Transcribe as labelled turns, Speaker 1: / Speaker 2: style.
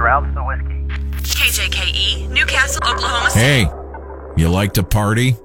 Speaker 1: Ralph's the Whiskey.
Speaker 2: KJKE, E, Newcastle, Oklahoma City.
Speaker 3: Hey, you like to party?